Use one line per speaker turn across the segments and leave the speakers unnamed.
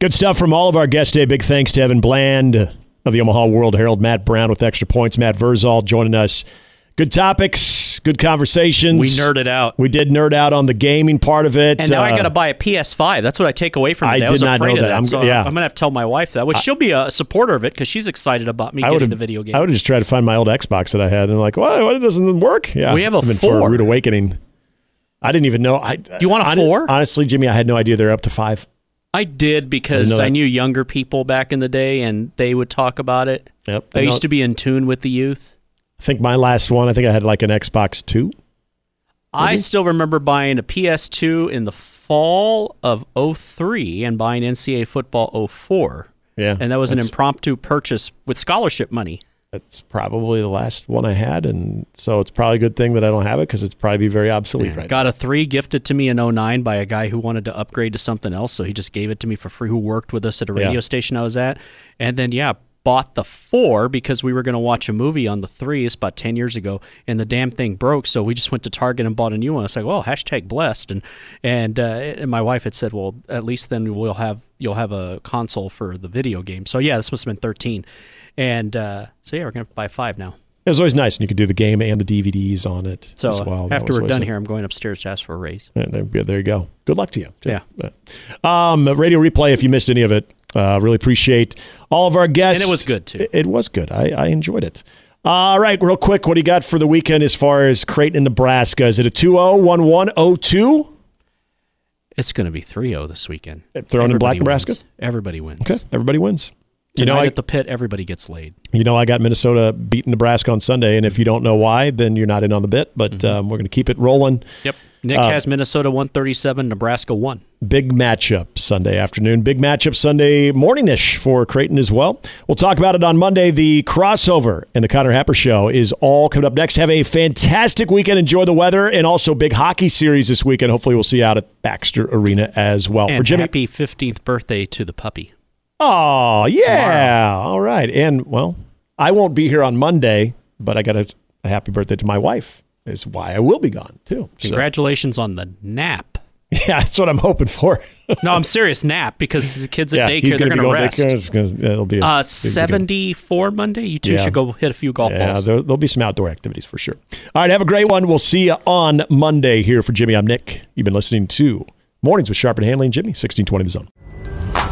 Good stuff from all of our guests today. Big thanks to Evan Bland of the Omaha World Herald, Matt Brown with Extra Points, Matt Verzal joining us. Good topics, good conversations.
We nerded out.
We did nerd out on the gaming part of it.
And now I
Uh,
got to buy a PS5. That's what I take away from it.
I
I, was
did not
afraid
know
of
that.
that.
I'm-
so
yeah.
I'm gonna have to tell my wife that, which she'll be a supporter of it because she's excited about me
I
getting
would've-
the video game.
I would have just tried to find my old Xbox that I had, and like, why, why doesn't it work? Yeah,
We have a
I've been for
four.
rude awakening. I didn't even know. I
You want a
hon-
four?
Honestly, Jimmy, I had no idea they're up to five.
I did
I
because
know
I,
that.
knew younger people back in the day, and they would talk about it.
Yep.
I used to be in tune with the youth.
I think my last one. I think I had like an Xbox two.
I still remember buying a PS2 in the fall of 03 and buying NCAA football 04.
Yeah,
And that was an
that's-
impromptu purchase with scholarship money.
That's probably the last one I had, and so it's probably a good thing that I don't have it because it's probably very obsolete right
Got a three gifted to me in 09 by a guy who wanted to upgrade to something else. So he just gave it to me for free, who worked with us at a
Yeah.
radio station I was at. And then, yeah, bought the four because we were going to watch a movie on the three. It's about 10 years ago. And the damn thing broke. So we just went to Target and bought a new one. It's like, well, hashtag blessed. And, and, uh, and my wife had said, well, at least then we'll have, you'll have a console for the video game. So yeah, this must have been 13. And uh, so yeah, we're going to buy five now.
now. It was always nice, and you could do the game and the DVDs on it
So
as well. That
after
was
we're
always
done
a-
here, I'm going upstairs to ask for a raise.
Yeah, there, yeah, there you go. Good luck to you.
Yeah.
Um, radio replay, if you missed any of it, uh, really appreciate all of our guests.
And it was good, too.
It, it was good. I, I enjoyed it. All right, real quick, what do you got for the weekend as far as Creighton and Nebraska? Is it a oh, 2 0 1 1 0 2?
It's going to be 3 0 this weekend.
Thrown in black
Everybody
Nebraska?
wins. Everybody wins.
Okay, everybody wins.
You know,
I,
at the pit, everybody gets laid.
you know, I got Minnesota beating Nebraska on Sunday, and if
Mm-hmm.
you don't know why, then you're not in on the bit, but um, we're going to keep it rolling.
Yep. Nick
Uh,
has Minnesota 137, Nebraska 1.
Big matchup Sunday afternoon. Big matchup Sunday morningish for Creighton as well. We'll talk about it on Monday. The crossover and the Connor Happer Show is all coming up next. Have a fantastic weekend. Enjoy the weather and also big hockey series this weekend. Hopefully, we'll see you out at Baxter Arena as well.
And
Oh, for Jimmy.
happy 15th birthday to the puppy.
Oh, yeah. All right. And, well, I won't be here on Monday, but I got a, a happy birthday to my wife, is why I will be gone too. So-
Congratulations on the nap.
yeah, that's what I'm hoping for.
No, I'm serious, nap, because the kids at
yeah,
daycare, they're
gonna
going
be
to
going
rest.
daycare. It's gonna- it'll be a
Uh,
big weekend.
74 Monday? You two
Yeah.
should go hit a few golf
Yeah,
balls.
there, will be some outdoor activities for sure. All right, have a great one. We'll see you on Monday here for Jimmy. I'm Nick. You've been listening to Mornings with Sharp and Hanley and Jimmy, 1620 The Zone.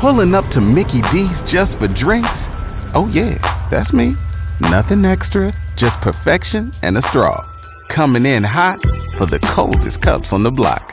Pulling up to Mickey D's just for drinks? Oh, yeah, that's me. Nothing extra, just perfection and a straw. Coming in hot for the coldest cups on the block.